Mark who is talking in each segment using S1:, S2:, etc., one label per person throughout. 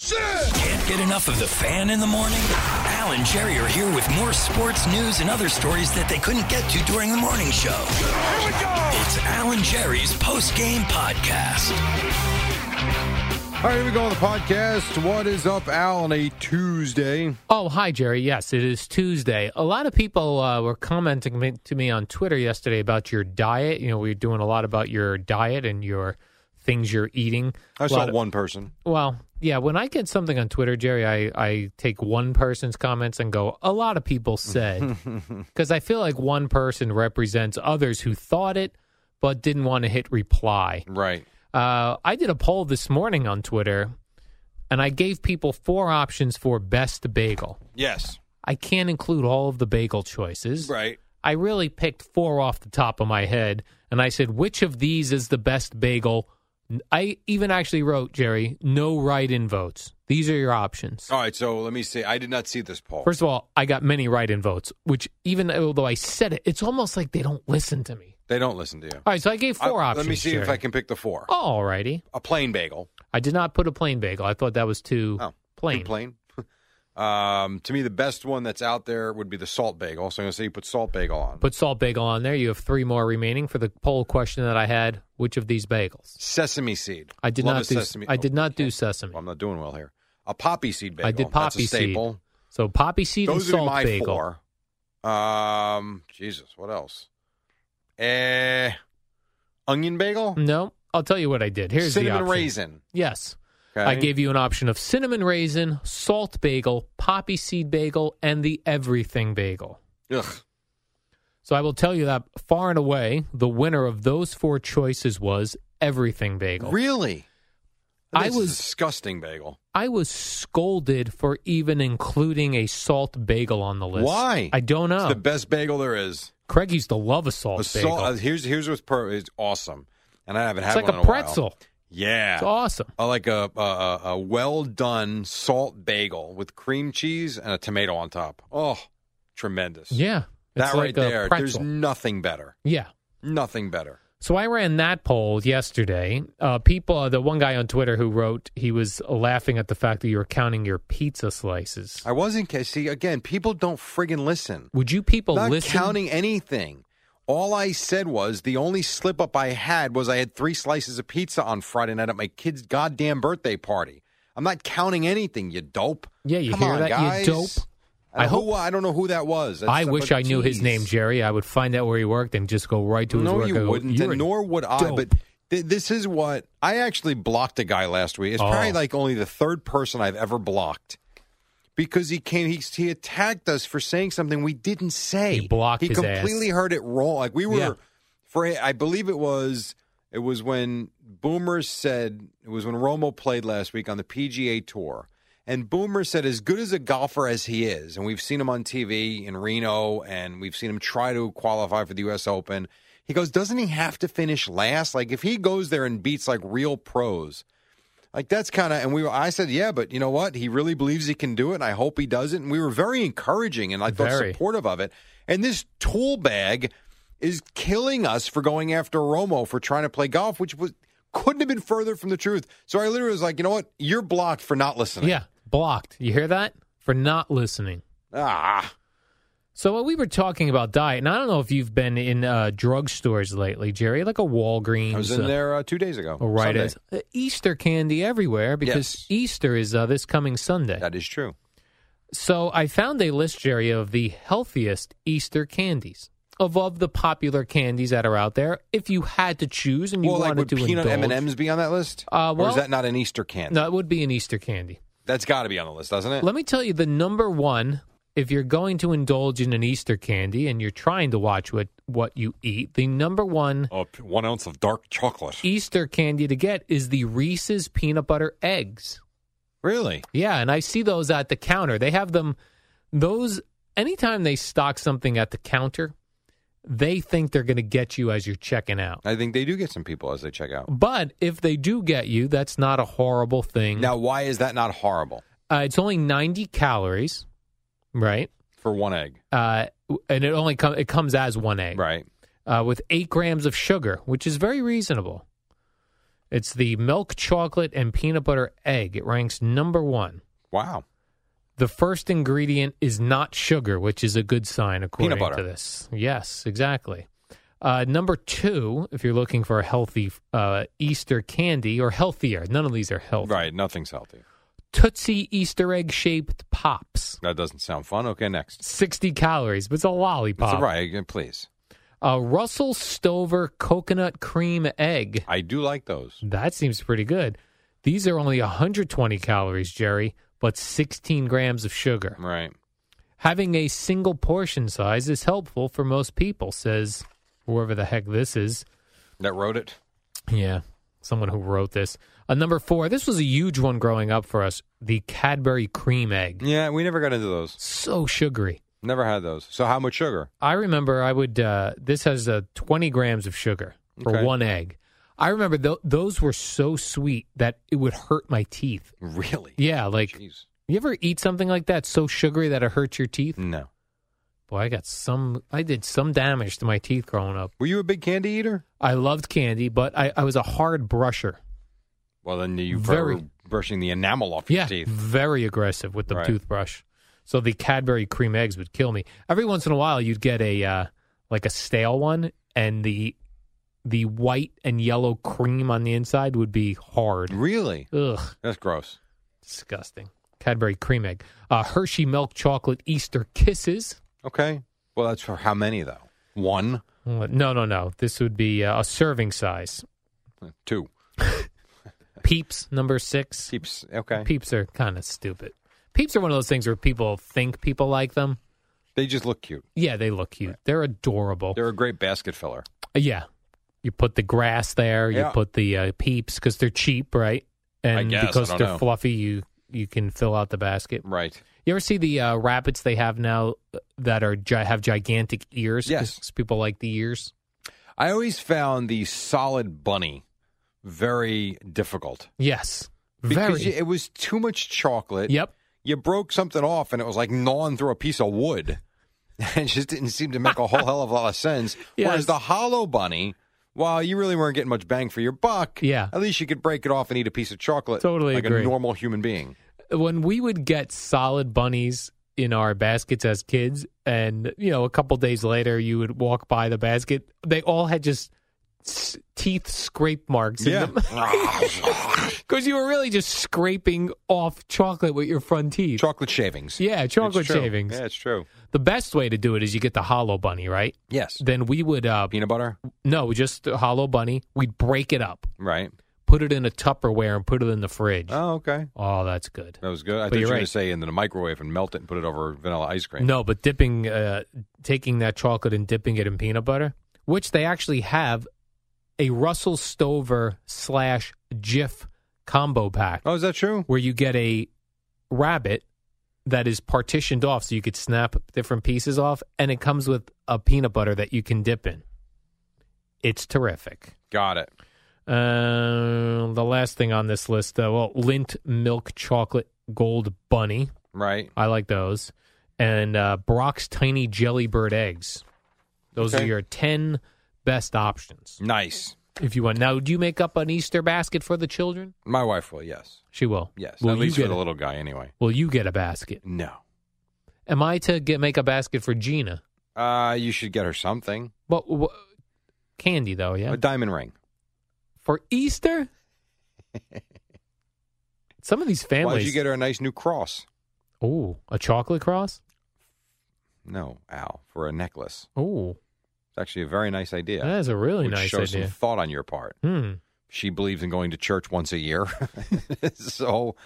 S1: Can't get enough of the fan in the morning? Al and Jerry are here with more sports news and other stories that they couldn't get to during the morning show. Here we go! It's Al and Jerry's post game podcast.
S2: All right, here we go on the podcast. What is up, Al, on a Tuesday?
S3: Oh, hi, Jerry. Yes, it is Tuesday. A lot of people uh, were commenting me- to me on Twitter yesterday about your diet. You know, we were doing a lot about your diet and your things you're eating.
S2: I
S3: A
S2: saw
S3: lot of-
S2: one person.
S3: well, yeah, when I get something on Twitter, Jerry, I, I take one person's comments and go, a lot of people said, because I feel like one person represents others who thought it but didn't want to hit reply.
S2: Right.
S3: Uh, I did a poll this morning on Twitter, and I gave people four options for best bagel.
S2: Yes.
S3: I can't include all of the bagel choices.
S2: Right.
S3: I really picked four off the top of my head, and I said, which of these is the best bagel? N- I even actually wrote, Jerry, no write in votes. These are your options.
S2: All right, so let me see. I did not see this poll.
S3: First of all, I got many write in votes, which even although I said it, it's almost like they don't listen to me.
S2: they don't listen to you.
S3: All right, so I gave four
S2: I-
S3: options. Oh.
S2: Let me see if
S3: Jerry.
S2: I can pick the four.
S3: All righty.
S2: A plain bagel.
S3: I did not put a plain bagel. I thought that was too
S2: Oh,
S3: plain.
S2: Plain. um, to me, the best one that's out there would be the salt bagel. So I'm going to say you put salt bagel on.
S3: Put salt bagel on there. You have three more remaining for the poll question that I had. Which of these bagels?
S2: sesame seed.
S3: I did
S2: Love
S3: not
S2: a
S3: do.
S2: sesame.
S3: I did
S2: oh,
S3: not do
S2: well,
S3: sesame.
S2: I'm not doing well here. A poppy seed bagel.
S3: I did
S2: That's a
S3: poppy seed.
S2: staple.
S3: So poppy seed
S2: Those
S3: and
S2: would be
S3: salt
S2: my
S3: bagel.
S2: four. Um, Jesus, what else? Eh, onion bagel,
S3: No, I'll tell you what I did. Mm, Here's the
S2: cinnamon
S3: option.
S2: raisin.
S3: Yes,
S2: Okay.
S3: I gave you an option of cinnamon raisin, salt bagel, poppy seed bagel, and the everything bagel.
S2: Ugh.
S3: So I will tell you that far and away, the winner of those four choices was everything bagel.
S2: Really?
S3: I
S2: This is
S3: was-
S2: disgusting bagel.
S3: I was scolded for even including a salt bagel on the list.
S2: Why?
S3: I don't know.
S2: It's the best bagel there is.
S3: Craig used to love
S2: A
S3: a Oh. salt
S2: salt-
S3: bagel.
S2: uh, here's here's what's per- it's awesome, and I haven't
S3: it's
S2: had
S3: like
S2: one
S3: a
S2: in while.
S3: pretzel.
S2: Yeah,
S3: It's awesome.
S2: Uh, like a, a- a a well done salt bagel with cream cheese and a tomato on top. Oh, tremendous!
S3: Yeah. It's
S2: that right
S3: like a
S2: there. There's
S3: pretzel.
S2: nothing better.
S3: yeah.
S2: Nothing better.
S3: So I ran that poll yesterday. Uh, people, the one guy on Twitter who wrote, he was laughing at the fact that you were counting your pizza slices.
S2: I wasn't. ca- See, again, people don't friggin' listen.
S3: Would you people
S2: Not
S3: listen?
S2: counting anything. All I said was the only slip up I had was I had three slices of pizza on Friday night at my kid's goddamn birthday party. I'm not counting anything, you dope.
S3: Yeah, you
S2: Come
S3: hear
S2: on,
S3: that, you
S2: guys.
S3: dope?
S2: I,
S3: I
S2: hope
S3: hope-
S2: I don't know who that was. That's
S3: I
S2: some-
S3: wish
S2: but
S3: I knew his
S2: geez.
S3: name, Jerry. I would find out where he worked and just go right to his
S2: No,
S3: work.
S2: you
S3: I go,
S2: wouldn't,
S3: "You're
S2: and
S3: a
S2: nor would I.
S3: dope."
S2: But th- this is what I actually blocked a guy last week. It's probably
S3: Oh.
S2: like only the third person I've ever blocked because he came. He, he attacked us for saying something we didn't say.
S3: He blocked
S2: He
S3: his ass.
S2: completely heard it wrong. Like we were
S3: Yeah.
S2: for. I believe it was. It was when Boomer said it was when Romo played last week on the PGA Tour. And Boomer said, as good as a golfer as he is, and we've seen him on TV in Reno, and we've seen him try to qualify for the U.S. Open. He goes, doesn't he have to finish last? Like if he goes there and beats like real pros, like that's kind of. And we, were, I said, yeah, but you know what? He really believes he can do it, and I hope he does it. And we were very encouraging, and I thought
S3: Very.
S2: supportive of it. And this tool bag is killing us for going after Romo for trying to play golf, which was couldn't have been further from the truth. So I literally was like, you know what? You're blocked for not listening.
S3: yeah, blocked. You hear that? For not listening.
S2: Ah.
S3: So uh, we were talking about diet, and I don't know if you've been in uh, drugstores lately, Jerry, like a Walgreens.
S2: I was in
S3: uh,
S2: there uh, two days ago.
S3: or right
S2: Sunday.
S3: as uh, Easter candy everywhere because
S2: Yes.
S3: Easter is uh, this coming Sunday.
S2: That is true.
S3: So I found a list, Jerry, of the healthiest Easter candies. of of the popular candies that are out there, if you had to choose and you
S2: well, like,
S3: wanted
S2: would
S3: to
S2: peanut M
S3: indulge,
S2: and M's be on that list?
S3: Uh,
S2: or
S3: well-
S2: is that not an Easter candy?
S3: no, it would be an Easter candy.
S2: That's got to be on the list, doesn't it?
S3: Let me tell you the number one. If you're going to indulge in an Easter candy and you're trying to watch what what you eat, the number one
S2: Oh, p- one ounce of dark chocolate.
S3: Easter candy to get is the Reese's peanut butter eggs.
S2: Really?
S3: Yeah, and I see those at the counter. They have them those anytime they stock something at the counter, they think they're going to get you as you're checking out.
S2: I think they do get some people as they check out.
S3: But if they do get you, that's not a horrible thing.
S2: Now, why is that not horrible
S3: uh, it's only 90 calories, right?
S2: for one egg?
S3: Uh, and it only com- it comes as one egg.
S2: Right.
S3: uh, with eight grams of sugar, which is very reasonable. It's the milk chocolate and peanut butter egg. It ranks number one.
S2: Wow.
S3: The first ingredient is not sugar, which is a good sign according
S2: butter.
S3: to this. Yes, exactly. Uh, number two, if you're looking for a healthy uh, Easter candy or healthier, none of these are healthy.
S2: Right. Nothing's healthy.
S3: Tootsie Easter egg shaped pops,
S2: That doesn't sound fun. Okay, next.
S3: 60 calories, but it's a lollipop.
S2: That's right. Please.
S3: A Russell Stover coconut cream egg.
S2: I do like those.
S3: That seems pretty good. These are only 120 calories, Jerry, but 16 grams of sugar.
S2: Right.
S3: Having a single portion size is helpful for most people, says whoever the heck this is.
S2: That wrote it.
S3: Yeah, someone who wrote this. Uh, number four, this was a huge one growing up for us the Cadbury cream egg.
S2: Yeah, we never got into those.
S3: So sugary.
S2: Never had those. So how much sugar?
S3: I remember I would, uh, this has uh, 20 grams of sugar for
S2: Okay.
S3: one egg. I remember th- those were so sweet that it would hurt my teeth.
S2: Really?
S3: Yeah, like
S2: Jeez.
S3: You ever eat something like that so sugary that it hurts your teeth?
S2: No.
S3: Boy, I got some. I did some damage to my teeth growing up.
S2: Were you a big candy eater?
S3: I loved candy, but I, I was a hard brusher.
S2: Well, then you
S3: Very.
S2: were brushing the enamel off
S3: Yeah,
S2: your teeth.
S3: very aggressive with the
S2: Right.
S3: toothbrush. So the Cadbury cream eggs would kill me. Every once in a while, you'd get a uh, like a stale one, and the the white and yellow cream on the inside would be hard.
S2: Really?
S3: Ugh,
S2: That's gross.
S3: disgusting. Cadbury cream egg, uh, Hershey milk chocolate Easter kisses.
S2: Okay. Well, that's for how many though? One,
S3: No, no, no. This would be uh, a serving size.
S2: two.
S3: Peeps number six.
S2: Keeps okay.
S3: Peeps are kind of stupid. Peeps are one of those things where people think people like them.
S2: They just look cute.
S3: Yeah, they look cute. They're adorable. Uh,
S2: They're a great basket filler.
S3: yeah, you put the grass there. You
S2: Yeah.
S3: put the uh, peeps because they're cheap, right? And
S2: guess, I
S3: because
S2: don't
S3: they're
S2: know.
S3: fluffy, you you can fill out the basket.
S2: Right.
S3: You ever see the uh, rabbits they have now uh, that are gi- have gigantic ears? 'Cause
S2: Yes.
S3: people like the ears.
S2: I always found the solid bunny very difficult
S3: Yes,
S2: because
S3: very.
S2: you- it was too much chocolate.
S3: yep.
S2: You broke something off, and it was like gnawing through a piece of wood. it just didn't seem to make a whole hell of a lot of sense.
S3: Yes.
S2: Whereas the hollow bunny, while you really weren't getting much bang for your buck,
S3: Yeah.
S2: at least you could break it off and eat a piece of chocolate
S3: Totally
S2: like
S3: agree.
S2: a normal human being.
S3: when we would get solid bunnies in our baskets as kids and you know a couple days later you would walk by the basket they all had just s- teeth scrape marks in them because you were really just scraping off chocolate with your front teeth
S2: chocolate shavings.
S3: yeah chocolate
S2: It's true.
S3: shavings
S2: Yeah, it's true.
S3: the best way to do it is you get the hollow bunny right
S2: Yes.
S3: then we would uh
S2: Peanut butter.
S3: no just the hollow bunny we'd break it up
S2: Right.
S3: put it in a tupperware and put it in the fridge
S2: Oh, okay.
S3: oh that's good
S2: That was good. I
S3: But
S2: thought you
S3: you're
S2: were going
S3: right.
S2: to say in the microwave and melt it and put it over vanilla ice cream.
S3: No, but dipping, uh, taking that chocolate and dipping it in peanut butter, which they actually have a Russell Stover slash Jif combo pack
S2: Oh, is that true?
S3: where you get a rabbit that is partitioned off so you could snap different pieces off, and it comes with a peanut butter that you can dip in. It's terrific.
S2: Got it.
S3: Uh, the last thing on this list, uh, well, Lint Milk Chocolate Gold Bunny.
S2: Right.
S3: I like those. And uh, Brock's Tiny Jelly Bird Eggs. Those
S2: Okay.
S3: are your 10 best options
S2: Nice.
S3: if you want. Now, do you make up an Easter basket for the children?
S2: My wife will. Yes.
S3: She will.
S2: Yes.
S3: Will
S2: At
S3: you
S2: least
S3: get
S2: for the
S3: a-
S2: little guy, anyway.
S3: Will you get a basket?
S2: No.
S3: Am I to get make a basket for Gina?
S2: Uh, you should get her something.
S3: But wh- candy though, yeah.
S2: A diamond ring.
S3: For Easter? Some of these
S2: Why did
S3: families
S2: you get her a nice new cross?
S3: Oh, a chocolate cross?
S2: No, Al, for a necklace.
S3: Oh.
S2: It's actually a very nice idea.
S3: That is a really
S2: which
S3: nice
S2: shows
S3: idea.
S2: some thought on your part.
S3: Hmm.
S2: She believes in going to church once a year. so,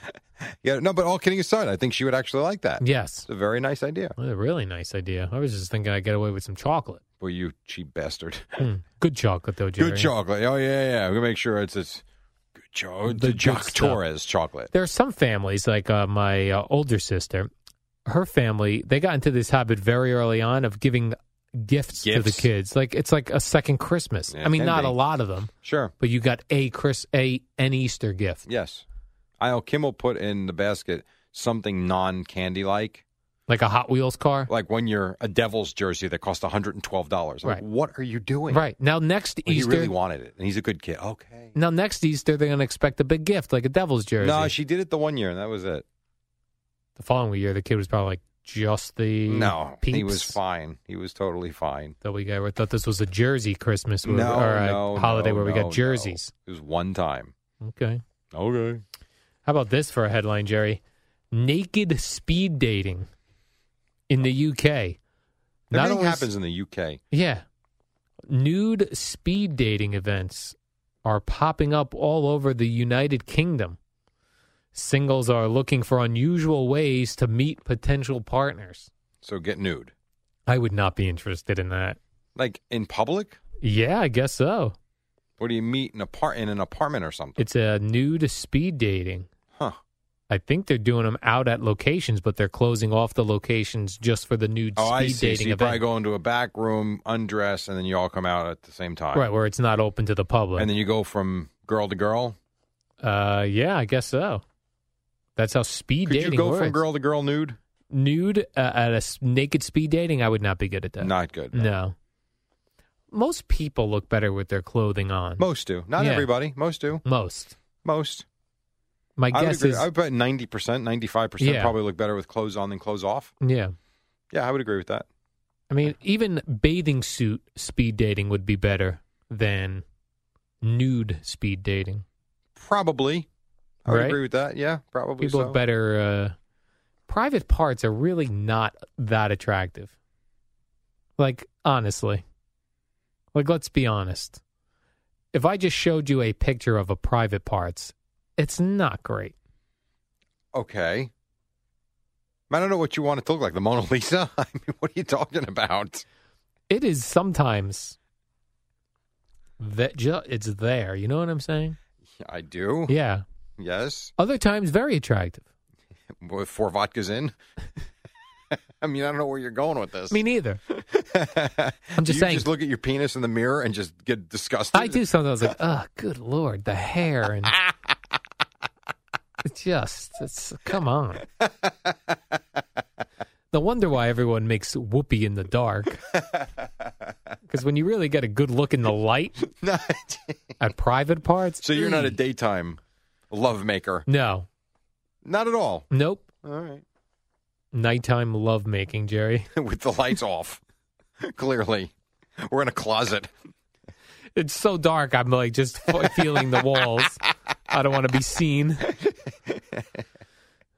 S2: yeah, no, but all kidding aside, I think she would actually like that.
S3: Hmm, Yes.
S2: It's a very nice idea.
S3: That's a really nice idea. I was just thinking I'd get away with some chocolate.
S2: Well, you cheap bastard.
S3: Hmm. Good chocolate, though, Jerry.
S2: Good chocolate. Oh, yeah, yeah. We'll make sure it's, it's good chocolate.
S3: The
S2: The
S3: good
S2: Jack
S3: stuff.
S2: Torres chocolate.
S3: There are some families, like uh, my uh, older sister, her family, they got into this habit very early on of giving gifts, to the
S2: Gifts.
S3: kids. Like it's like a second Christmas.
S2: Yeah,
S3: I mean,
S2: can
S3: not
S2: be.
S3: a lot of them,
S2: Sure.
S3: but you got a Chris a an Easter gift,
S2: Yes. I'll Kimmel put in the basket something non candy like,
S3: like a Hot Wheels car.
S2: like when you're a Devils jersey that cost $112. I'm Like,
S3: Right.
S2: what are you doing?
S3: Right now, next
S2: Well,
S3: Easter,
S2: He really wanted it, and he's a good kid. Okay.
S3: now next Easter, they're going to expect a big gift, like a Devil's jersey.
S2: No, she did it the one year, and that was it.
S3: the following year, the kid was probably like just the
S2: No,
S3: peeps
S2: he was fine. He was totally fine.
S3: That we got, we thought this was a Jersey Christmas where-
S2: No,
S3: or a
S2: no,
S3: holiday
S2: no,
S3: where we
S2: no,
S3: got
S2: no.
S3: jerseys.
S2: It was one time.
S3: Okay.
S2: Okay.
S3: How about this for a headline, Jerry? Naked speed dating in the UK.
S2: Nothing
S3: only s-
S2: happens in the UK.
S3: Yeah. Nude speed dating events are popping up all over the United Kingdom. Singles are looking for unusual ways to meet potential partners.
S2: So get nude,
S3: I would not be interested in that.
S2: like in public.
S3: Yeah, I guess so.
S2: What do you meet in a par- in an apartment or something?
S3: It's a nude speed dating.
S2: huh?
S3: I think they're doing them out at locations, but they're closing off the locations just for the nude
S2: Oh,
S3: speed
S2: I see. So
S3: dating
S2: you probably
S3: event.
S2: go into a back room, undress, and then you all come out at the same time.
S3: right, where it's not open to the public.
S2: And then you go from girl to girl.
S3: uh, yeah, I guess so. That's how speed
S2: Could
S3: dating
S2: you go
S3: works.
S2: from girl to girl nude?
S3: Nude uh, at a s- naked speed dating, I would not be good at that.
S2: Not good.
S3: No. Most people look better with their clothing on.
S2: Most do. Not
S3: Yeah.
S2: everybody. Most do.
S3: Most.
S2: Most.
S3: My
S2: I would
S3: guess
S2: agree.
S3: is,
S2: I would bet ninety percent, ninety five percent
S3: Yeah.
S2: probably look better with clothes on than clothes off.
S3: yeah.
S2: Yeah, I would agree with that.
S3: I mean, even bathing suit speed dating would be better than nude speed dating.
S2: Probably. I would
S3: Right?
S2: agree with that. Yeah, probably.
S3: People
S2: so.
S3: look better. Uh, private parts are really not that attractive. Like honestly, like let's be honest. If I just showed you a picture of a private parts, it's not great.
S2: Okay. I don't know what you want it to look like. The Mona Lisa? I mean, what are you talking about?
S3: It is sometimes that ju- it's there. You know what I'm saying?
S2: I do.
S3: Yeah.
S2: Yes.
S3: Other times, very attractive.
S2: With four vodkas in. I mean, I don't know where you're going with this.
S3: Me neither. I'm
S2: Do you
S3: just saying.
S2: Just look at your penis in the mirror and just get disgusted.
S3: I do sometimes like, oh, good lord, the hair and it's just, it's come on. No wonder why everyone makes whoopee in the dark. Because when you really get a good look in the light at private parts,
S2: so you're not a
S3: ee.
S2: daytime lovemaker.
S3: no,
S2: Not at all.
S3: nope,
S2: All right.
S3: nighttime love making, Jerry.
S2: with the lights off. Clearly, we're in a closet.
S3: It's so dark. I'm like just f- feeling the walls. I don't want to be seen.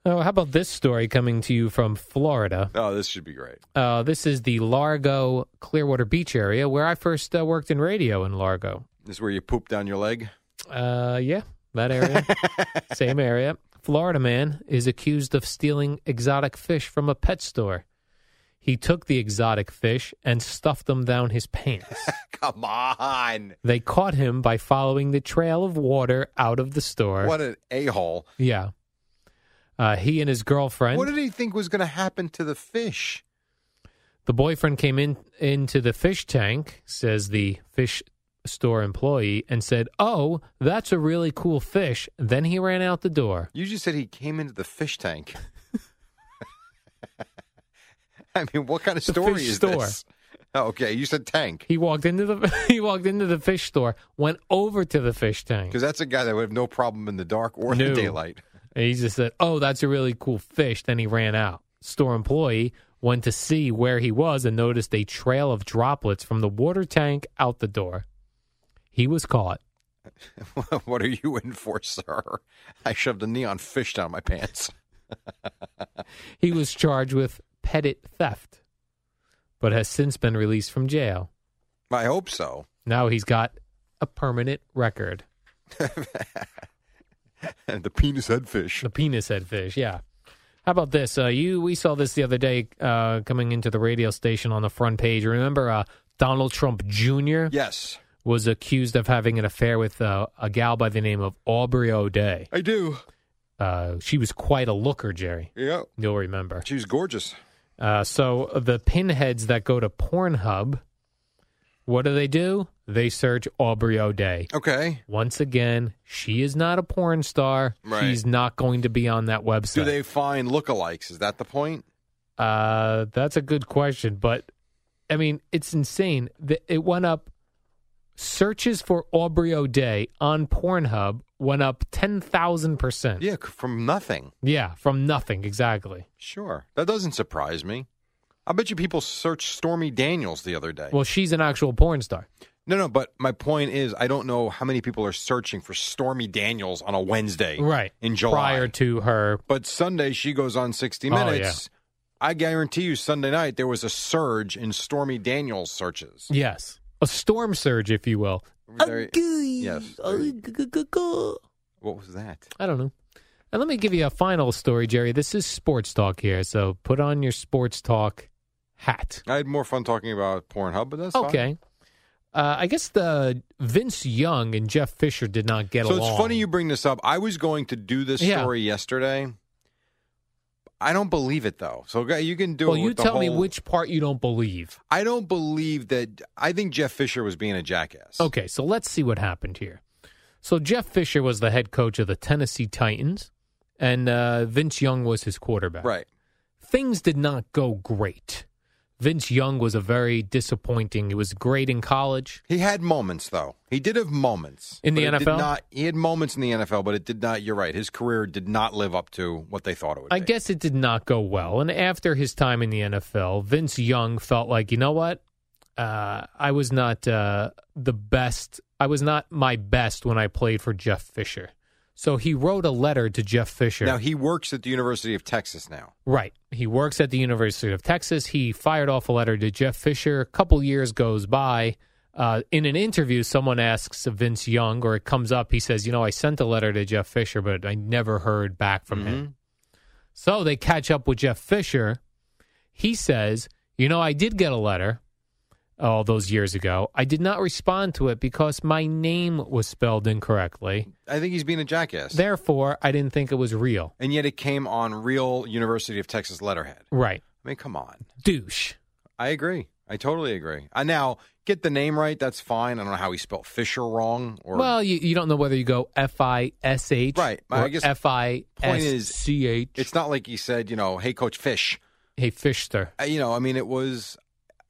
S3: Oh, how about this story coming to you from Florida?
S2: Oh, this should be great.
S3: Uh, this is the Largo Clearwater Beach area where I first uh, worked in radio in Largo.
S2: This is where you poop down your leg.
S3: Uh, yeah, that area. Same area. Florida man is accused of stealing exotic fish from a pet store. He took the exotic fish and stuffed them down his pants.
S2: Come on,
S3: they caught him by following the trail of water out of the store.
S2: what an a hole!
S3: Yeah. Uh, he and his girlfriend.
S2: What did he think was going to happen to the fish?
S3: The boyfriend came in into the fish tank, says the fish store employee, and said, "Oh, that's a really cool fish." Then he ran out the door.
S2: You just said he came into the fish tank. I mean, what kind of
S3: The
S2: story
S3: fish
S2: is
S3: store.
S2: this? Oh, Okay, you said tank
S3: He walked into the he walked into the fish store, went over to the fish tank.
S2: because that's a guy that would have no problem in the dark or
S3: No.
S2: the daylight.
S3: And he just said, "Oh, that's a really cool fish." Then he ran out. Store employee went to see where he was and noticed a trail of droplets from the water tank out the door. He was caught.
S2: what are you in for, sir? I shoved a neon fish down my pants.
S3: He was charged with petit theft, but has since been released from jail.
S2: I hope so.
S3: Now he's got a permanent record.
S2: And the penis head fish.
S3: The penis head fish, yeah. How about this? Uh, you we saw this the other day uh, coming into the radio station on the front page. Remember uh, Donald Trump Jr.
S2: Yes,
S3: was accused of having an affair with uh, a gal by the name of Aubrey O'Day.
S2: I do.
S3: Uh, she was quite a looker, Jerry.
S2: Yeah,
S3: You'll remember.
S2: she was gorgeous.
S3: Uh, so the pinheads that go to Pornhub, what do they do? They search Aubrey O'Day.
S2: Okay.
S3: Once again, she is not a porn star.
S2: Right.
S3: She's not going to be on that website.
S2: Do they find lookalikes? Is that the point?
S3: Uh, that's a good question, but I mean, it's insane. The- It went up. Searches for Aubrey O'Day on Pornhub went up ten thousand percent.
S2: Yeah, c- from nothing.
S3: yeah, from nothing exactly.
S2: Sure, that doesn't surprise me. I bet you people searched Stormy Daniels the other day.
S3: Well, she's an actual porn star.
S2: no, no, but my point is, I don't know how many people are searching for Stormy Daniels on a Wednesday,
S3: Right.
S2: In July.
S3: Prior to her.
S2: But Sunday she goes on 60
S3: Oh, yeah.
S2: Minutes. I guarantee you, Sunday night there was a surge in Stormy Daniels searches.
S3: Yes. A storm surge, if you will.
S2: There- yes. What was that?
S3: I don't know. And let me give you a final story, Jerry. This is sports talk here, so put on your sports talk hat.
S2: I had more fun talking about Pornhub, but that's fine.
S3: Okay. Uh, I guess the Vince Young and Jeff Fisher did not get
S2: so
S3: along.
S2: it's funny you bring this up. I was going to do this
S3: Yeah.
S2: story yesterday. I don't believe it though. So guy, you can do
S3: Well,
S2: it.
S3: you
S2: with the
S3: tell me
S2: whole-
S3: which part you don't believe.
S2: I don't believe that. I think Jeff Fisher was being a jackass.
S3: Okay, so let's see what happened here. So Jeff Fisher was the head coach of the Tennessee Titans, and uh, Vince Young was his quarterback.
S2: Right.
S3: Things did not go great. Vince Young was a very disappointing. He was great in college.
S2: He had moments though. He did have moments
S3: In the
S2: but it did
S3: NFL?
S2: not- he had moments in the NFL, but it did not. You're right. His career did not live up to what they thought it would.
S3: I
S2: be.
S3: guess it did not go well. And after his time in the NFL, Vince Young felt like, you know what? Uh, I was not uh, the best. I was not my best when I played for Jeff Fisher. So he wrote a letter to Jeff Fisher.
S2: Now he works at the University of Texas now.
S3: right. He works at the University of Texas. He fired off a letter to Jeff Fisher. A couple years goes by. Uh, in an interview, someone asks Vince Young, or it comes up. He says, You know, I sent a letter to Jeff Fisher, but I never heard back from him. So they catch up with Jeff Fisher. He says, You know, I did get a letter all those years ago. I did not respond to it because my name was spelled incorrectly.
S2: I think he's being a jackass.
S3: Therefore, I didn't think it was real.
S2: and yet it came on real University of Texas letterhead.
S3: Right.
S2: I mean, come on.
S3: Douche.
S2: I agree. I totally agree. I now get the name right. That's fine. I don't know how he spelled Fisher wrong. Or
S3: well, you, you don't know whether you go F I S H
S2: Right. I
S3: or
S2: guess
S3: F I
S2: point
S3: S
S2: is,
S3: C H.
S2: it's not like he said, you know, hey, Coach Fish.
S3: Hey, Fishster.
S2: Uh, You know, I mean, it was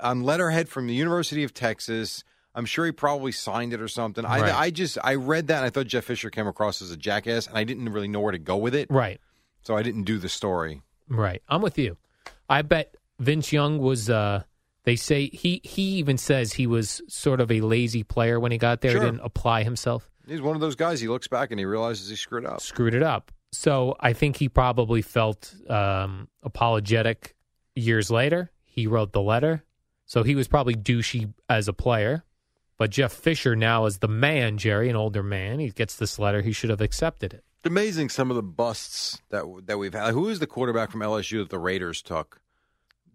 S2: on letterhead from the University of Texas. I'm sure he probably signed it or something.
S3: Right.
S2: I, I just I read that and I thought Jeff Fisher came across as a jackass, and I didn't really know where to go with it,
S3: Right.
S2: so I didn't do the story.
S3: Right. I'm with you. I bet Vince Young was uh they say he he even says he was sort of a lazy player when he got there.
S2: Sure.
S3: He didn't apply himself.
S2: He's one of those guys. He looks back and he realizes he screwed up.
S3: Screwed it up. So I think he probably felt um apologetic years later. He wrote the letter. So he was probably douchey as a player. But Jeff Fisher now is the man, Jerry, an older man. He gets this letter. He should have accepted it.
S2: It's amazing some of the busts that that we've had. Who is the quarterback from LSU that the Raiders took?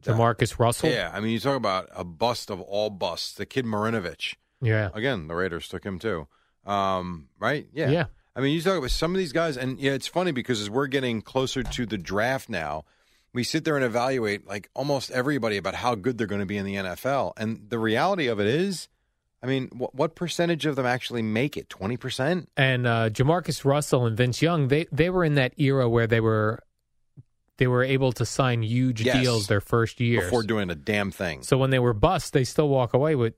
S2: Yeah.
S3: Demarcus Russell.
S2: Yeah, I mean, you talk about a bust of all busts. The kid Marinovich.
S3: Yeah.
S2: Again, the Raiders took him too. Um, right? Yeah.
S3: Yeah.
S2: I mean, you talk about some of these guys, and yeah, it's funny because as we're getting closer to the draft now, we sit there and evaluate like almost everybody about how good they're going to be in the NFL. And the reality of it is, I mean, what, what percentage of them actually make it? 20%?
S3: and uh, Jamarcus Russell and Vince Young, they they were in that era where they were they were able to sign huge
S2: Yes.
S3: deals their first year.
S2: Before doing a damn thing.
S3: so when they were bust, they still walk away with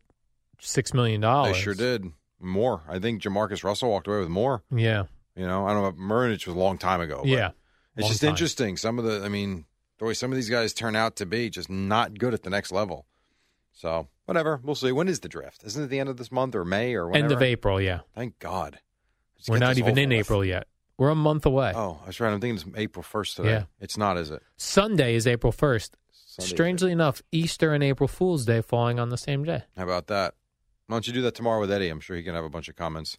S3: six million
S2: They
S3: dollars.
S2: sure did. More. I think Jamarcus Russell walked away with more.
S3: Yeah,
S2: You know, I don't know. about Marinich was a long time ago. but-
S3: yeah.
S2: It's
S3: Long
S2: just
S3: time.
S2: interesting. Some of the, I mean, the way some of these guys turn out to be just not good at the next level. So whatever, we'll see. When is the draft? Isn't it the end of this month or May or whenever?
S3: End of April. Yeah,
S2: Thank God. Let's
S3: we're
S2: get
S3: not
S2: this
S3: even
S2: over
S3: in
S2: with.
S3: April yet. We're a month away.
S2: Oh, that's right. I'm thinking it's April 1st today.
S3: Yeah.
S2: It's not, is it?
S3: Sunday is April first.
S2: Sunday.
S3: Strangely enough, Easter and April Fool's Day falling on the same day.
S2: How about that? Why don't you do that tomorrow with Eddie? I'm sure he can have a bunch of comments.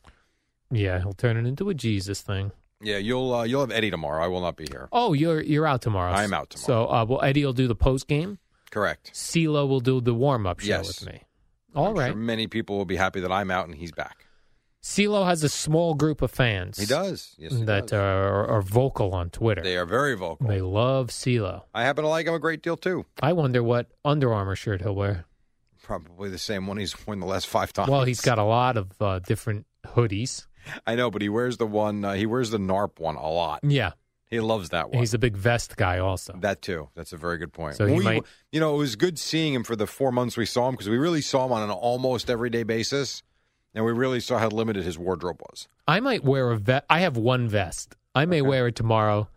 S3: Yeah, he'll turn it into a Jesus thing.
S2: Yeah, you'll uh, you'll have Eddie tomorrow. I will not be here.
S3: Oh, you're you're out tomorrow.
S2: I am out
S3: So, uh, well, Eddie will do the post game.
S2: Correct.
S3: CeeLo will do the warm up show
S2: Yes.
S3: with me. All
S2: I'm
S3: right.
S2: Sure many people will be happy that I'm out and he's back.
S3: CeeLo has a small group of fans.
S2: He does. Yes, he
S3: That uh,
S2: does.
S3: Are, are vocal on Twitter.
S2: they are very vocal.
S3: They love CeeLo.
S2: I happen to like him a great deal too.
S3: I wonder what Under Armour shirt he'll wear.
S2: Probably the same one he's worn the last five times.
S3: Well, he's got a lot of uh, different hoodies.
S2: I know, but he wears the one. Uh, he wears the NARP one a lot.
S3: Yeah,
S2: He loves that
S3: and
S2: one.
S3: he's a big vest guy also.
S2: That too. That's a very good point.
S3: So he
S2: We-
S3: might-
S2: you know, it was good seeing him for the four months we saw him because we really saw him on an almost everyday basis, and we really saw how limited his wardrobe was.
S3: I might wear a vest. I have one vest. I may wear it tomorrow.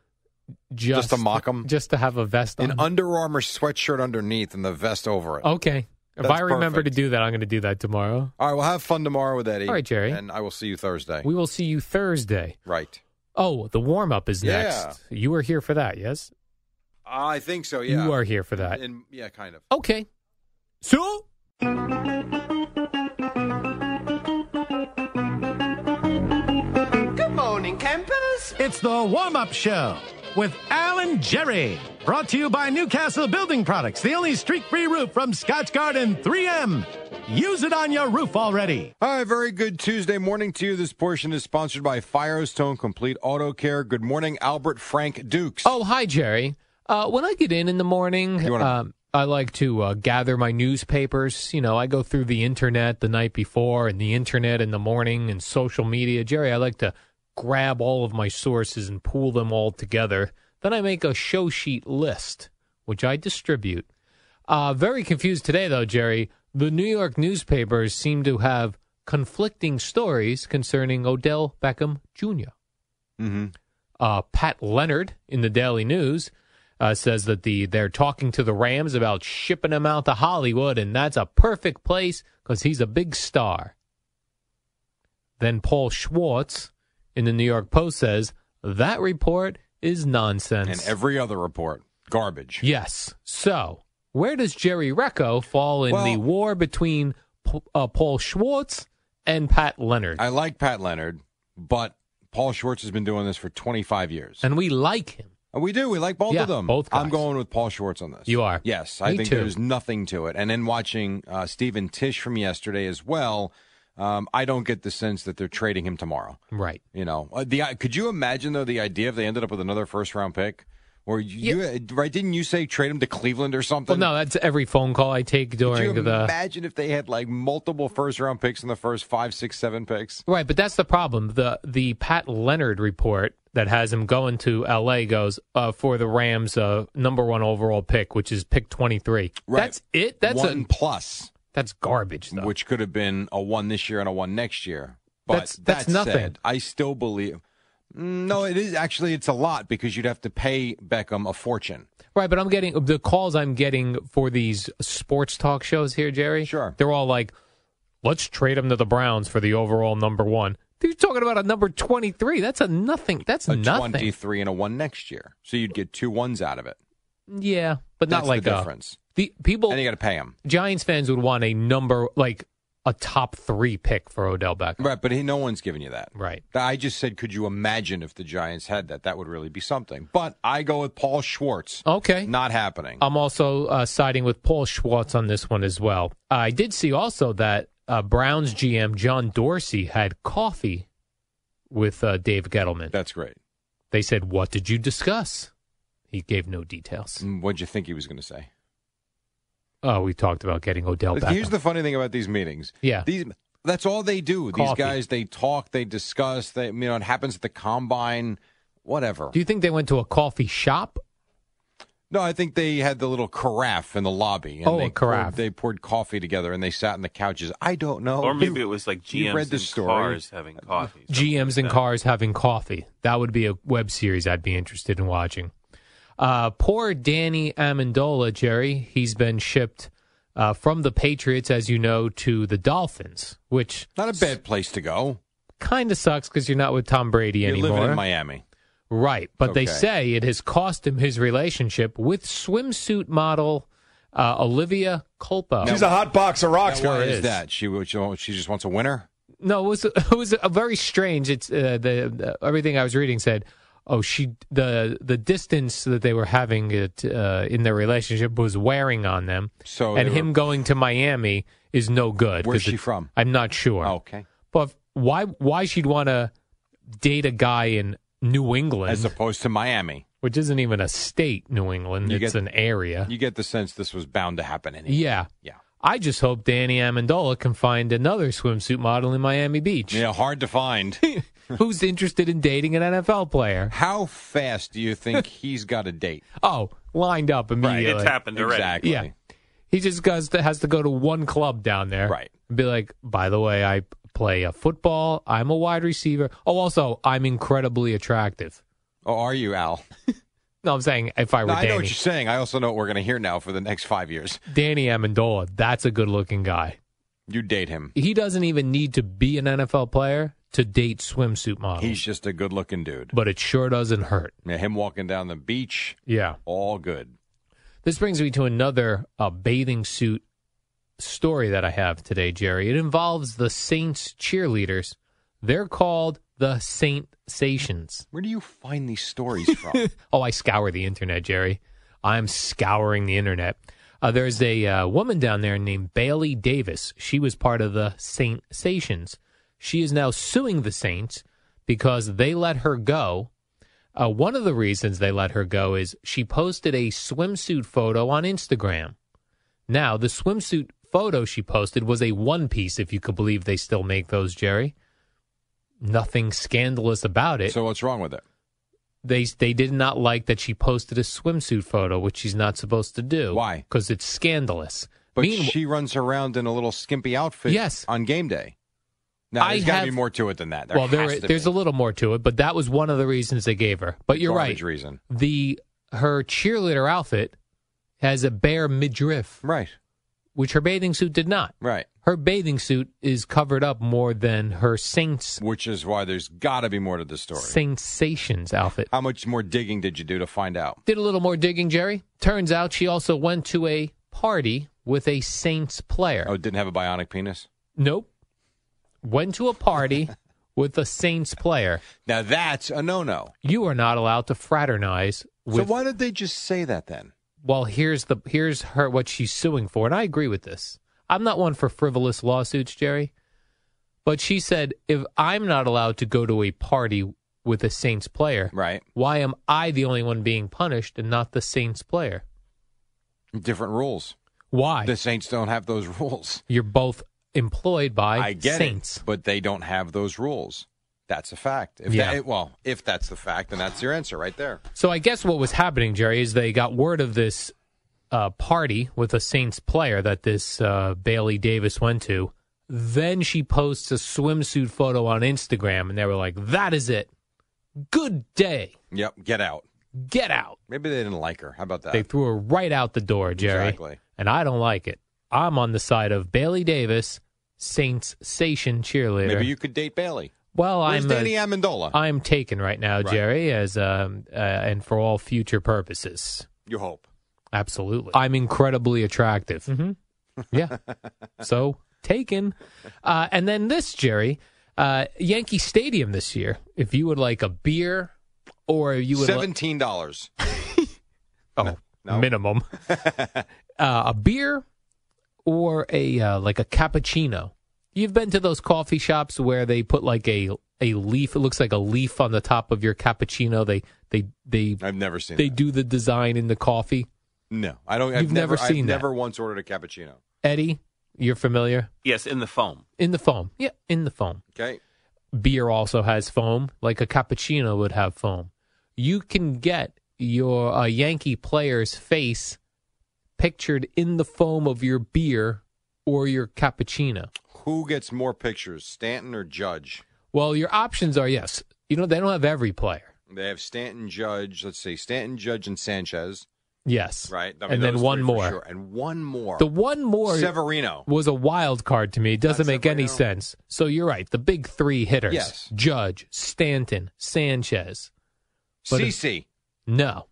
S2: Just
S3: Just,
S2: to mock 'em?
S3: Just to have a vest on.
S2: An Under Armour sweatshirt underneath and the vest over it.
S3: okay. If
S2: That's
S3: I remember
S2: perfect.
S3: to do that, I'm going to do that tomorrow.
S2: All right, well, have fun tomorrow with Eddie.
S3: All right, Jerry.
S2: And I will see you Thursday.
S3: We will see you Thursday.
S2: right.
S3: Oh, the warm up is
S2: Yeah.
S3: next. You were here for that, yes?
S2: I think so. Yeah.
S3: You are here for that.
S2: And, yeah, kind of.
S3: Okay. So.
S4: It's the warm up show with Alan Jerry. Brought to you by Newcastle Building Products, the only streak free roof from Scotch Garden 3M. Use it on your roof already.
S2: All right, very good Tuesday morning to you. This portion is sponsored by Firestone Complete Auto Care. Good morning, Albert Frank Dukes.
S3: Oh, hi, Jerry. Uh, when I get in in the morning,
S2: You wanna-
S3: um, I like to uh, gather my newspapers. You know, I go through the internet the night before and the internet in the morning and social media. Jerry, I like to grab all of my sources and pool them all together. Then I make a show sheet list, which I distribute. Uh, very confused today, though, Jerry. The New York newspapers seem to have conflicting stories concerning Odell Beckham Jr.
S2: Mm-hmm.
S3: Uh, Pat Leonard in the Daily News uh, says that the they're talking to the Rams about shipping him out to Hollywood, and that's a perfect place because he's a big star. Then Paul Schwartz in the New York Post says that report is nonsense.
S2: And every other report, garbage.
S3: yes. So where does Jerry Recco fall in the
S2: Well-
S3: war between P- uh, Paul Schwartz and Pat Leonard?
S2: I like Pat Leonard, but Paul Schwartz has been doing this for 25 years.
S3: and we like him.
S2: And we do. We like both
S3: Yeah,
S2: of them.
S3: both
S2: I'm
S3: guys.
S2: going with Paul Schwartz on this.
S3: You are.
S2: Yes, I
S3: Me
S2: think
S3: too.
S2: there's nothing to it. And then watching uh, Stephen Tish from yesterday as well, um, I don't get the sense that they're trading him tomorrow.
S3: Right.
S2: You know, uh, the could you imagine though the idea if they ended up with another first round pick, or you, you right? Didn't you say trade him to Cleveland or
S3: Well,
S2: something?
S3: no, that's every phone call I take
S2: Could you
S3: during the
S2: imagine if they had like multiple first round picks in the first five, six, seven picks?
S3: Right, but that's the problem. The the Pat Leonard report that has him going to LA goes uh, for the Rams uh, number 1 overall pick, which is pick 23.
S2: Right.
S3: That's it. That's
S2: one
S3: a,
S2: plus,
S3: that's garbage though.
S2: which could have been a one this year and a one next year. But
S3: That's- that's
S2: that
S3: nothing.
S2: said, I still believe. Mm, No, it is actually it's a lot because you'd have to pay Beckham a fortune.
S3: right, but I'm getting the calls I'm getting for these sports talk shows here, Jerry.
S2: Sure.
S3: They're all like, "Let's trade him to the Browns for the overall number 1." You're talking about a number 23. That's a nothing. That's
S2: A
S3: nothing.
S2: twenty three and a one next year, so you'd get two ones out of it.
S3: Yeah, but
S2: That's
S3: not like
S2: the
S3: a-
S2: difference,
S3: the people
S2: and you got to pay him.
S3: Giants fans would want a number like a top three pick for Odell Beckham.
S2: Right, but he, no one's giving you that.
S3: Right.
S2: I just said, could you imagine if the Giants had that? That would really be something. But I go with Paul Schwartz.
S3: Okay.
S2: Not happening.
S3: I'm also uh, siding with Paul Schwartz on this one as well. I did see also that uh, Browns GM John Dorsey had coffee with uh, Dave Gettleman.
S2: That's great.
S3: They said, "What did you discuss?" He gave no details.
S2: Mm, What'd you think he was going to say?
S3: Oh, we talked about getting Odell
S2: But
S3: back.
S2: Here's the funny thing about these meetings.
S3: Yeah.
S2: These that's all they do. These
S3: Coffee.
S2: guys they talk, they discuss, they you know, it happens at the combine, whatever.
S3: Do you think they went to a coffee shop?
S2: No, I think they had the little carafe in the lobby and
S3: Oh, a
S2: they
S3: carafe.
S2: Poured, they poured coffee together and they sat on the couches. I don't know.
S5: Or maybe
S2: Oh, You-
S5: it was like
S2: you
S5: GMs
S2: read the
S5: and
S2: story. Uh,
S5: cars having coffee. something
S3: GMs
S5: like
S3: and
S5: that.
S3: cars having coffee. That would be a web series I'd be interested in watching. Uh, poor Danny Amendola, Jerry. He's been shipped uh, from the Patriots, as you know, to the Dolphins, which
S2: not a bad place to go.
S3: kind of sucks because you're not with Tom Brady
S2: You're
S3: anymore.
S2: living in Miami.
S3: Right, but they
S2: Okay.
S3: say it has cost him his relationship with swimsuit model uh, Olivia Culpo.
S5: She's a hot box of rocks,
S2: Now, why
S5: girl.
S2: is that? She wa- she wa- she just wants a winner.
S3: No, it was it was a very strange. It's uh, the, the everything I was reading said, oh, she the the distance that they were having it uh, in their relationship was wearing on them,
S2: So
S3: and
S2: Oh, they were-
S3: him going to Miami is no good.
S2: Where's
S3: 'cause
S2: she
S3: it's-
S2: from? Oh.
S3: I'm not sure.
S2: okay.
S3: But why why she'd want to date a guy in New England,
S2: As opposed to Miami,
S3: which isn't even a state, New England.
S2: You
S3: It's
S2: get-
S3: an area.
S2: you get the sense this was bound to happen. Anyway.
S3: yeah.
S2: Yeah.
S3: I just hope Danny Amendola can find another swimsuit model in Miami Beach.
S2: Yeah, hard to find.
S3: who's interested in dating an NFL player.
S2: How fast do you think he's got a date?
S3: Oh, lined up
S6: Right,
S3: immediately.
S6: it's happened already.
S2: Exactly.
S3: Yeah. He just goes to, has to go to one club down there.
S2: Right.
S3: And be like, by the way, I play a football. I'm a wide receiver. Oh, also, I'm incredibly attractive.
S2: Oh, are you, Al?
S3: No, I'm saying if I were
S2: No, I know what
S3: Danny,
S2: you're saying. I also know what we're going to hear now for the next five years.
S3: Danny Amendola, that's a good looking guy.
S2: You date him.
S3: He doesn't even need to be an NFL player to date swimsuit models.
S2: He's just a good-looking dude.
S3: Um, but it sure doesn't hurt.
S2: Yeah, him walking down the beach,
S3: Yeah.
S2: all good.
S3: This brings me to another uh, bathing suit story that I have today, Jerry. It involves the Saints cheerleaders. They're called the Saint Sations.
S2: Where do you find these stories from?
S3: Oh, I scour the internet, Jerry. I'm scouring the internet. Uh, there's a uh, woman down there named Bailey Davis. She was part of the Saint Sations. She is now suing the Saints because they let her go. Uh, one of the reasons they let her go is she posted a swimsuit photo on Instagram. Now, the swimsuit photo she posted was a one piece, if you could believe they still make those, Jerry. Nothing scandalous about it
S2: so what's wrong with it?
S3: they they did not like that she posted a swimsuit photo, which she's not supposed to do.
S2: Why?
S3: Because it's scandalous.
S2: But
S3: Meanwhile-
S2: she runs around in a little skimpy outfit
S3: Yes.
S2: on game day. Now,
S3: I
S2: there's got to be
S3: have-
S2: more to it than that.
S3: well, there
S2: has to
S3: there's
S2: be.
S3: a little more to it, but that was one of the reasons they gave her. But you're
S2: Garbage
S3: right.
S2: reason.
S3: The her cheerleader outfit has a bare midriff,
S2: Right,
S3: which her bathing suit did not.
S2: right.
S3: Her bathing suit is covered up more than her Saints
S2: Which is why there's got to be more to the story.
S3: sensations outfit.
S2: How much more digging did you do to find out?
S3: Did a little more digging, Jerry. Turns out she also went to a party with a Saints player.
S2: Oh, it didn't have a bionic penis?
S3: Nope. Went to a party with a Saints player.
S2: Now, that's a no no.
S3: You are not allowed to fraternize
S2: So,
S3: with.
S2: why did they just say that then?
S3: Well, here's the here's her what she's suing for, and I agree with this. I'm not one for frivolous lawsuits, Jerry. But she said, if I'm not allowed to go to a party with a Saints player,
S2: Right.
S3: why am I the only one being punished and not the Saints player?
S2: Different rules.
S3: Why?
S2: The Saints don't have those rules.
S3: You're both employed by
S2: I get
S3: Saints.
S2: it, but they don't have those rules. That's a fact. If
S3: Yeah.
S2: that, well, if that's the fact, then that's your answer right there.
S3: So I guess what was happening, Jerry, is they got word of this uh, party with a Saints player that this uh, Bailey Davis went to. Then she posts a swimsuit photo on Instagram, and they were like, "That is it. Good day.
S2: Yep, get out.
S3: Get out."
S2: Maybe they didn't like her. How about that?
S3: They threw her right out the door, Jerry.
S2: Uh, Exactly.
S3: And I don't like it. I'm on the side of Bailey Davis, Saints Sation cheerleader.
S2: Maybe you could date Bailey.
S3: well,
S2: Where's
S3: Oh, I'm a-
S2: Danny Amendola?
S3: I'm taken right now,
S2: Right.
S3: Jerry, as um, uh, and for all future purposes.
S2: you hope.
S3: Absolutely. I'm incredibly attractive. Mm-hmm. Yeah. so taken. Uh, and then this, Jerry, uh, Yankee Stadium this year. If you would like a beer or you would like
S2: Seventeen dollars.
S3: oh,
S2: no.
S3: minimum uh, a beer or a uh, like a cappuccino. You've been to those coffee shops where they put like a a leaf. It looks like a leaf on the top of your cappuccino. They they they
S2: I've never seen.
S3: they
S2: that.
S3: do the design in the coffee.
S2: No, I don't. I've
S3: You've never seen
S2: I've
S3: that.
S2: never once ordered a cappuccino.
S3: Eddie, you're familiar
S6: Yes, in the foam.
S3: in the foam. Yeah, in the foam.
S2: Okay,
S3: beer also has foam, like a cappuccino would have foam. You can get your uh, Yankee player's face pictured in the foam of your beer or your cappuccino.
S2: who gets more pictures, Stanton or Judge?
S3: Well, your options are yes. You know they don't have every player.
S2: They have Stanton, Judge. Let's see, Stanton, Judge, and Sanchez.
S3: Yes.
S2: Right, I mean,
S3: and then
S2: those
S3: one
S2: three for
S3: more.
S2: sure. and one more.
S3: The one more
S2: Severino.
S3: was a wild card to me. It doesn't
S2: Not
S3: make any
S2: Severino.
S3: sense. So you're right. The big three hitters:
S2: Yes.
S3: Judge, Stanton, Sanchez. but-
S2: CC.
S3: No.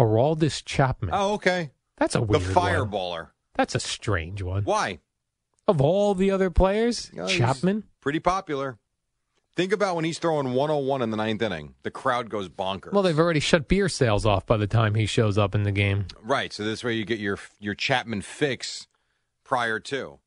S3: Araldis Oh. Chapman.
S2: Oh, okay.
S3: That's a
S2: The
S3: weird one.
S2: fireballer.
S3: That's a strange one.
S2: Why?
S3: Of all the other players,
S2: Yeah, Oh, he's
S3: Chapman.
S2: Pretty popular. Think about when he's throwing 101 in the ninth inning. The crowd goes bonkers.
S3: Well, they've already shut beer sales off by the time he shows up in the game.
S2: Right. So this way you get your your Chapman fix prior to.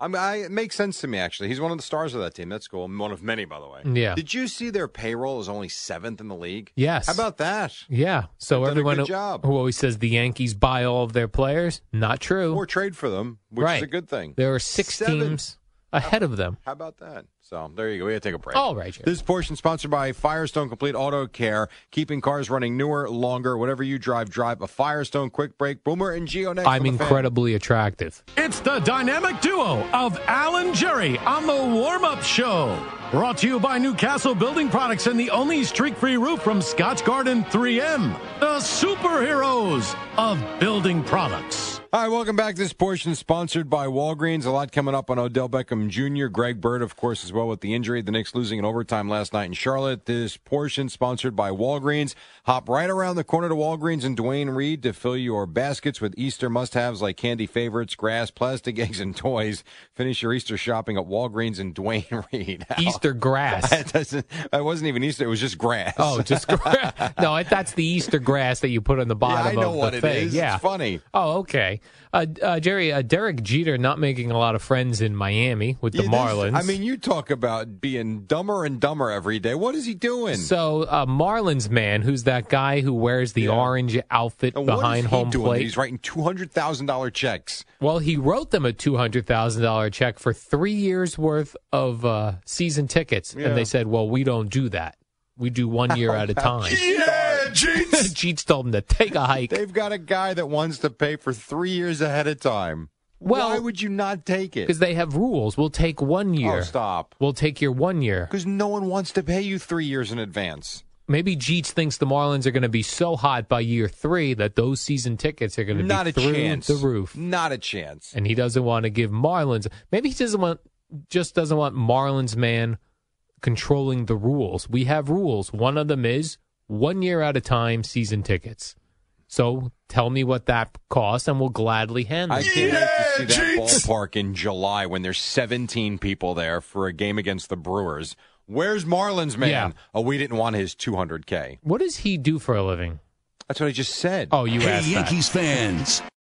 S2: I mean, I, it makes sense to me actually. He's one of the stars of that team. That's cool. One of many, by the way.
S3: Yeah.
S2: Did you see their payroll is only seventh in the league?
S3: Yes.
S2: How about that?
S3: Yeah. So
S2: They've done a
S3: everyone
S2: good
S3: who-
S2: job.
S3: who always says the Yankees buy all of their players, not true.
S2: Or trade for them, which
S3: Right.
S2: is a good thing.
S3: There are six
S2: Seven.
S3: teams ahead of them.
S2: How about that? So there you go. We got to take a break.
S3: All right, Jerry.
S2: This portion sponsored by Firestone Complete Auto Care, keeping cars running newer, longer. Whatever you drive, drive a Firestone Quick Break. Boomer and Geo next.
S3: I'm
S2: on the fan.
S3: incredibly attractive.
S4: It's the dynamic duo of Alan Jerry on the warm up show. Brought to you by Newcastle Building Products and the only streak free roof from Scotch Garden 3M, the superheroes of building products.
S2: Hi, welcome back. This portion sponsored by Walgreens. A lot coming up on Odell Beckham Jr., Greg Bird, of course, as well with the injury. The Knicks losing in overtime last night in Charlotte. This portion sponsored by Walgreens. Hop right around the corner to Walgreens and Dwayne Reed to fill your baskets with Easter must-haves like candy favorites, grass, plastic eggs, and toys. Finish your Easter shopping at Walgreens and Dwayne Reed.
S3: Easter grass.
S2: That doesn't. That wasn't even Easter. It was just grass.
S3: oh, just grass. no, it- that's the Easter grass that you put on the
S2: yeah,
S3: bottom
S2: I know
S3: of the
S2: what it is.
S3: thing. Yeah.
S2: It's funny.
S3: Oh, okay. Uh, uh, Jerry, uh, Derek Jeter not making a lot of friends in Miami with the
S2: Yeah, this-
S3: Marlins.
S2: I mean, you talk about being dumber and dumber every day. What is he doing?
S3: so uh, Marlins man, who's that guy who wears the
S2: Yeah.
S3: orange outfit
S2: And what is
S3: behind
S2: he
S3: home
S2: doing?
S3: plate?
S2: He's writing two hundred thousand dollar checks.
S3: Well, he wrote them a two hundred thousand dollar check for three years worth of uh, season tickets,
S2: Yeah. Oh,
S3: and they said, "Well, we don't do that. We do one year at a time."
S2: Yeah, Jeets.
S3: Jeets told him to take a hike.
S2: They've got a guy that wants to pay for three years ahead of time.
S3: Well-
S2: Why would you not take it?
S3: because they have rules. We'll take one year.
S2: Oh, stop.
S3: We'll take your one year.
S2: Because no one wants to pay you three years in advance.
S3: Maybe Jeets thinks the Marlins are going to be so hot by year three that those season tickets are going to
S2: Not
S3: be
S2: a
S3: through
S2: chance.
S3: the roof.
S2: Not a chance.
S3: and he doesn't want to give Marlins. Maybe he doesn't want just doesn't want Marlins man controlling the rules. We have rules. One of them is one year at a time season tickets. So tell me what that costs, and we'll gladly handle.
S2: I
S3: it.
S2: can't wait to see that ballpark in July when there's 17 people there for a game against the Brewers. Where's Marlins man?
S3: Yeah.
S2: Oh, we didn't want his 200k.
S3: What does he do for a living?
S2: That's what I just said.
S3: Oh, you
S5: hey,
S3: asked that.
S5: Yankees fans,